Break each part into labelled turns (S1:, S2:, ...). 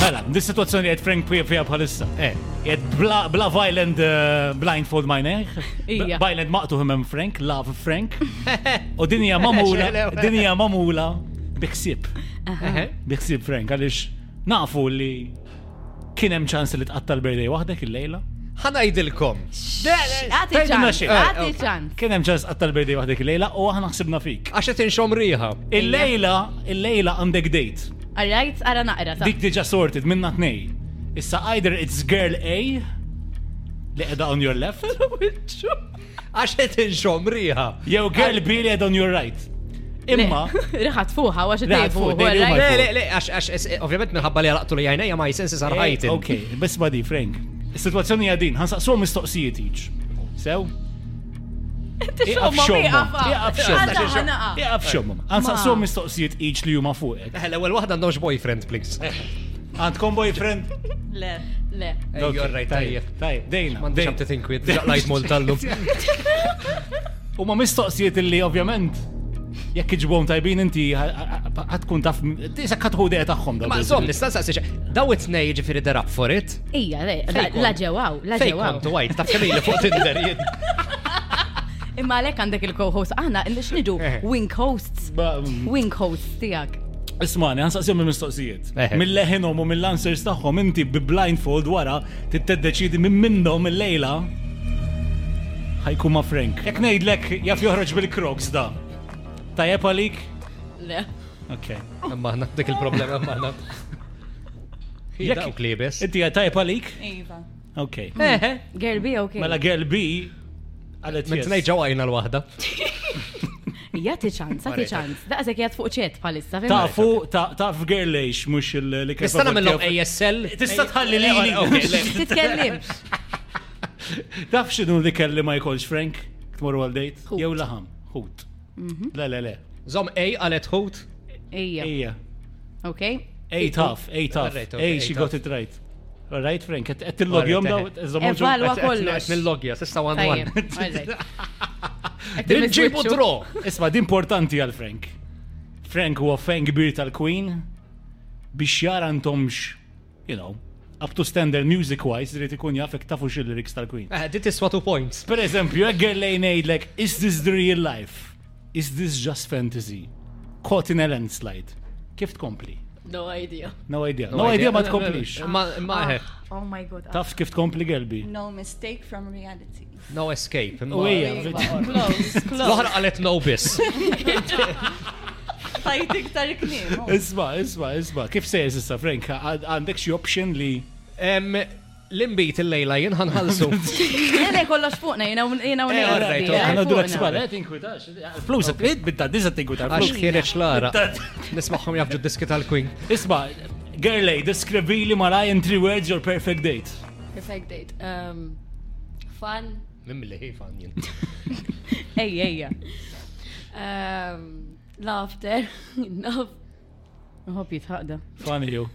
S1: Mela, dis situazzjoni qed Frank Pia Pia bħalissa.
S2: إيه.
S1: Eh, qed bla bla violent uh, blindfold minor.
S3: Ija.
S1: Violent maqtu hemm Frank, love Frank. U din hija mamula, din hija mamula biksib. Biksib Frank għaliex nafu li kien hemm ċans li tqatta l-birthday waħdek il-lejla.
S2: ħanajdilkom.
S3: Għati
S1: Tgħidilna
S3: ċan,
S1: xi.
S3: għati
S2: Eh,
S3: ċan.
S1: Kien hemm ċans tqatta l-birthday waħdek il-lejla u aħna ħsibna fik.
S2: Għaxa tinxom riħa.
S1: Il-lejla, il-lejla għandek date.
S3: Għarrajt, għara naqra ta'
S1: Dik diġa sorted minna tnej. Issa either it's girl A li edha on your left,
S2: Għaxa tinxom riħa.
S1: jew girl B li edha on your right. Imma,
S3: Riħat fuħa, għax
S1: Riħat
S3: id-dejfu.
S1: fuq, dejfu ma-
S2: Le, le, le, għax, għax, ovvijament minħabba li għalaqtu li għajnija ma jisensi
S1: إيه،
S2: sarħajti.
S1: Eh, ok, bes badi, Frank. Is-situazzjoni għadin, ħansaqsu mistoqsijiet iġ. Sew? Eh, Iqaf xomma. Ħansaqsu
S3: Ma.
S1: mistoqsijiet iġ li juma fuqek.
S2: Eħ, l-ewel wahda għandhomx boyfriend, please.
S1: Għandkom boyfriend?
S3: Le, le.
S2: Ej,
S1: Ok,
S2: jorraj, tajjeb.
S1: Tajjeb, dejna.
S2: Mandi
S1: dejna.
S2: xamti tinkwit, lajt mol tal-lum.
S1: U ma mistoqsijiet illi ovvjament jekk iġbom tajbin inti ħatkun taf tisa katħu deja tagħhom
S2: Ma zom, nistan saqsi daw it-nej ġifiri they're up for it.
S3: Ija, le,
S2: Fejn kont?
S3: la ġewaw, la
S2: Fake
S3: ġewaw.
S2: kont, għajt, taf kemmi li fuq Tinder. jien.
S3: Imma għalek għandek il-co-host, aħna, nix nidu
S2: Eh.
S3: wing hosts,
S1: mm.
S3: wing hosts tijak.
S1: Ismani, għan saqsijom il-mistoqsijiet.
S2: Eħe.
S1: Mill-leħinom u mill-answers tagħhom inti bi-blindfold wara tittedeċidi minn minnhom il-lejla ħajkun ma' Frank. Jekk ngħidlek jaf joħroġ bil-crocs da. Tajjeb għalik?
S3: Le.
S1: Ok.
S2: Imma ħna, dik il-problema, imma ħna.
S1: Jekk-
S2: Jekk klibis.
S1: Inti għaj tajjeb għalik?
S3: Iva.
S1: Ok.
S2: Eħe,
S3: Gerbi, Mm. ok.
S1: Mela girl B għalet
S2: minn t-nej
S1: yes.
S2: ġawajna l-wahda.
S3: Jati ċans, jati ċans. Daqsek jgħat fuq ċet palissa. fimna?
S1: Taf taf girl lejx mux il-li kif.
S2: Istana mill-lom ASL.
S1: Tista tħalli li li-
S3: Titkellimx.
S1: Taf xinu li kelli ma jkollx Frank? Tomorrow għal date?
S3: Ħut.
S1: Jew laħam, ħut. Le, le, le.
S2: Zom A għalet hoot.
S3: Ija,
S1: Ejja.
S3: ok.
S1: Ej taf, ej taf.
S2: Alright, okay,
S1: Ej,
S2: ej,
S1: she
S2: tough.
S1: got it right. All right, eh, Frank, qed tilloggjom daw,
S2: Alright,
S1: eżom
S3: Evalwa kollox.
S2: Nil-logja, sista one
S3: Tajjeb,
S2: one.
S3: all right. Qed
S2: Dinġibu
S3: niswitxu.
S2: draw.
S1: Isma, di importanti għal Frank. Frank huwa fan kbir tal-Queen biex jara ntomx, you know, up to standard music wise, rrit ikun jafek tafu xil-lyrics tal-Queen.
S2: Eh, Dit is what two points.
S1: Per eżempju, għallej nejdlek, is this the real life? Is this just fantasy? Caught in a landslide. Kif tkompli?
S3: No idea.
S1: No idea. No, idea ma tkomplix.
S2: Ma- Ma eh,
S3: Oh my god.
S1: Taf kif tkompli gelbi.
S4: No mistake from reality.
S2: no escape.
S1: U
S2: ma-
S1: hija,
S4: Close, close.
S2: L-oħra għalet no bis.
S4: Tajt iktar klim. oh.
S1: isma, isma, isma. Kif sejr issa, Frank, għad- għandek xi option li.
S2: Em, L-imbit il-lejla jien ħanħalsu.
S3: Ele Eh, kollox fuqna, jina un jina un
S2: Eh, all right, ok.
S1: Għanna
S3: jina.
S1: durak sbal, għet inkwitax. Flus, għed bitta, dizat inkwitax.
S2: Għax
S1: flus.
S2: ħireċ Lara. Nismaħħom jafġu diski tal-Queen.
S1: Isma, girlej, deskrivi li maraj in three words your perfect date.
S5: Perfect date. Um, fun.
S2: Mimli ħifan jien.
S3: Ej, ej, ej.
S5: Um, laughter. Love.
S3: Hopp jitħaqda.
S1: Funny you.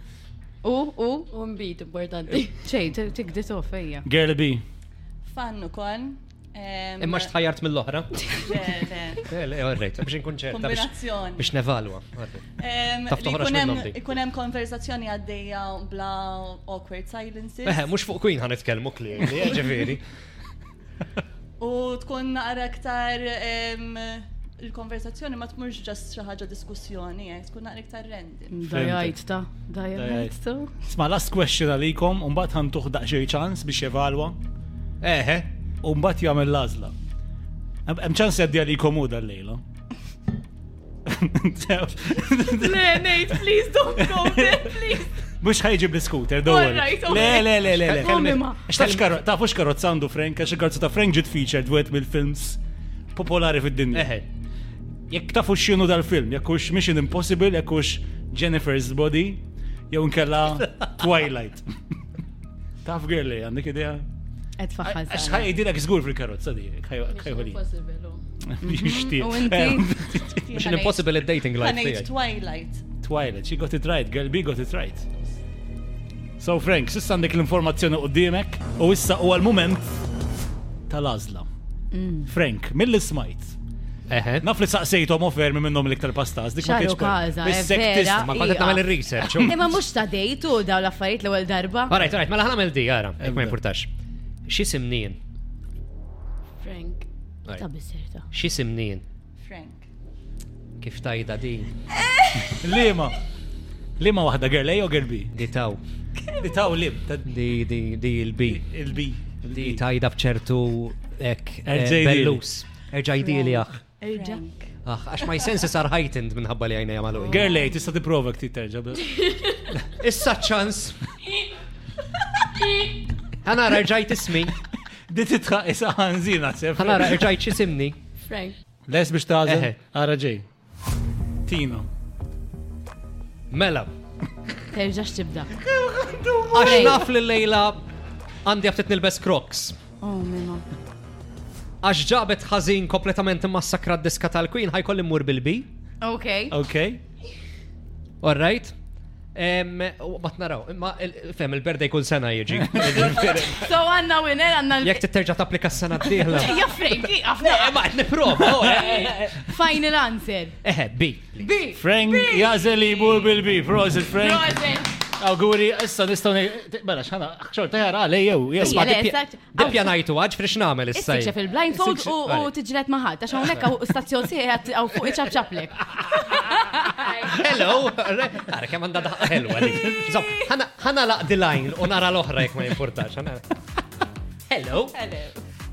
S3: U, u,
S5: Un beat importanti.
S3: ċej, t- tikdit off, ejja.
S1: Girl B.
S4: Fan ukoll. em,
S2: Imma xtħajart mill-oħra?
S4: le, le,
S2: Eh, Le, orrejt, biex nkun ċerta. biex-
S4: Kombinazzjoni.
S2: Biex nevalwa. alright.
S4: Em,
S2: Taf
S4: li
S2: toħroġ
S4: jkun hemm-
S2: minnhom dik.
S4: Ikun hemm konversazzjoni għaddejja bla awkward silences.
S2: Eh, mux fuq Queen ħanitkellmu klien, ġifiri.
S4: U tkun naqra aktar em, il-konversazzjoni ma tmurx ġast xi ħaġa diskussjoni, eh, tkun naqra aktar random.
S3: Dajajt ta, dajajt ta.
S1: Sma, last question għalikom, unbat għan tuħdaq xej ċans biex evalwa,
S2: Eħe,
S1: unbat jgħamil lazla. Hemm ċans jaddi għalikom u dal-lejla.
S3: Le, Nate, please don't go there, please.
S1: Mux ħajġib l-scooter, dawar.
S3: Alright,
S1: Le,
S3: alright.
S1: le, le, le, le.
S3: Ommi ma.
S1: Xtafx karot, tafux karot sandu Frank, għax karot ta' Frank ġit featured wet mill-films popolari fid-dinja.
S2: eħe.
S1: Jekk tafux xinu dal-film, jekkux Mission Impossible, jekkux Jennifer's Body, jew nkella Twilight. Taf girli, għandek idea?
S3: Et
S1: Għax
S3: faħħaz.
S1: ħajdi dak zgur fil-karozza di, ħajħoli.
S5: Possible. oh.
S1: Jishtiq.
S3: U inti?
S2: Biex impossible dating life.
S4: Ħanejt
S2: tijaj.
S4: Twilight.
S1: Twilight, she got it right, girl B got it right. So Frank, sissa għandek l-informazzjoni qudiemek u
S3: Mm.
S1: issa huwa l-moment tal-għażla. Frank, mill-li smajt,
S2: Eħe.
S1: Naf li saqsejtom u fermi minnom l-iktar pastas. dik ma
S3: Xaru
S1: kienx per-
S3: kaza,
S1: bis
S3: eh,
S1: sektist,
S3: vera.
S2: Ma kontet namel
S3: Ija.
S2: il-research.
S3: Imma mux ta' dejtu daw l-affarijiet l-ewel darba.
S2: Alright, alright, mela ħanamel di, għara. jekk Ma
S1: Ebda.
S2: importax. Xisimnien.
S5: Frank.
S3: Ta' bisserta.
S2: Xisimnien.
S4: Frank.
S2: Kif tajda di?
S1: Lima. Lima wahda, girl A o girl B?
S2: Di taw.
S1: Li taw lim. ta'
S2: Di, di, di il-bi.
S1: Il-B.
S2: Di tajda bċertu ek. eh,
S1: RJD.
S2: Bellus. Erġajdi li aħ.
S3: Irġa.
S2: Aħ, għax my senses are heightened minħabba li għajna jamalu.
S1: Girl A, tista' tipprova ktit terġa' bla-
S2: Issa ċans. Għana raġajt ismi.
S1: Di titħa isa ħanżina sef.
S2: Għana raġajt xisimni.
S5: Frank.
S1: Les biex tażel.
S2: Eħe.
S1: Ara ġej. Tino.
S2: Mela.
S3: Terġax tibda.
S2: Għax naf li lejla għandi għaftet nilbes crocs.
S3: Oh, mima.
S2: Għax ġabet ħażin kompletament massakra d-diska tal-Queen ħajkolli mmur bil-bi.
S3: Ok.
S1: Ok.
S2: Alright? Em, u Bat naraw, imma il- fem il-berda jkun sena jiġi.
S3: So għanna winner għanna
S2: Jek titterġa tapplika s-sena d-dihla.
S3: Ja Franki, għafna.
S2: Ma għed niprofa. oh, eh, eh,
S3: Final answer.
S2: eh, bi.
S3: B.
S1: Frank jazel li jibur bil-B. Prosit Frank. Auguri, issa nistaw ne. Bella, xana, xor, tajara, le jew, jesma.
S2: Isma,
S3: le,
S2: dippja-
S3: saċ-
S2: Dippja najtu għadġ, frix namel issa.
S3: Istiċa fil-blindfold
S2: Istiċċa-
S3: Oh, u u
S2: għali.
S3: tiġret maħat, għax hawnhekk għu stazzjon sieħat għaw fuq iċab ċaplek.
S2: Hello, għara kem għanda daħqa helwa dik. Zom, ħana laq di line u nara l-oħra jek ma importax. ħana- Hello.
S4: Hello.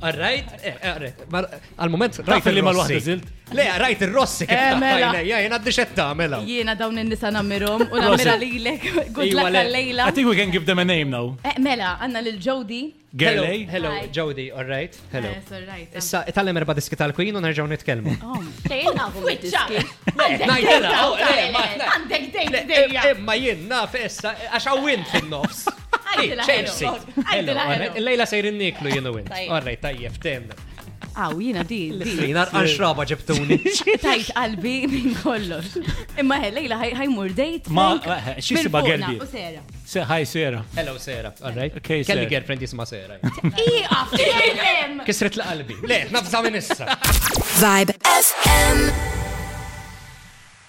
S2: All right. eh, all right. Mar- Għal-moment,
S1: Taf
S2: rajt
S1: li mal-wahda
S2: il-rossi.
S1: zilt.
S2: Le, rajt il-rossi.
S3: Eh, mela.
S2: Ja, jena d-dixetta, mela.
S3: Jiena dawn in-nisa nammirhom u nammira lilek good
S2: Iwa,
S3: luck
S1: I
S2: le.
S3: għal-lejla.
S1: think we can give them a name now.
S3: Eh, Mela, għanna lil Jody.
S1: Girl
S2: Hello,
S1: A.
S2: Hello,
S3: Hi.
S2: Jody, all right. Hello.
S3: Eh, so right, eh.
S2: Issa, tal-lem erba diski tal-Queen u nerġaw nitkelmu.
S3: Oh.
S5: Tejn nafu mid-diski.
S3: Għandek
S2: Najdela,
S3: dejta,
S2: oh, le, ma-
S3: Karen,
S2: le.
S3: Għandek
S2: Eh,
S3: dejt dejja.
S2: Imma jien naf issa, għax għawint fin-nofs.
S3: Għajdila
S2: Chelsea.
S3: ħero.
S2: Hello,
S3: Għajdila
S2: all right.
S3: ħero.
S2: Lejla sejrin niklu jien u wint.
S4: Tajjeb.
S2: All right, tajjeb, temna.
S3: Aw, jiena di, di.
S2: Lejna għanxraba ġebtuni.
S3: Tajt qalbi minn kollox. Imma he, lejla ħaj- ħajmur dejt.
S1: Ma-
S3: Frank,
S1: eh, xi sibha
S3: bil-fona
S1: gelbi?
S3: u sera.
S1: Se- Hi, Sera.
S2: Hello, Sera. All right.
S1: Okay,
S2: Kelli
S1: Sarah.
S2: girlfriend jisma Sera.
S3: Iqaf, kellem!
S2: Kisret l-qalbi. Le, nafza minn issa.
S6: Vibe FM.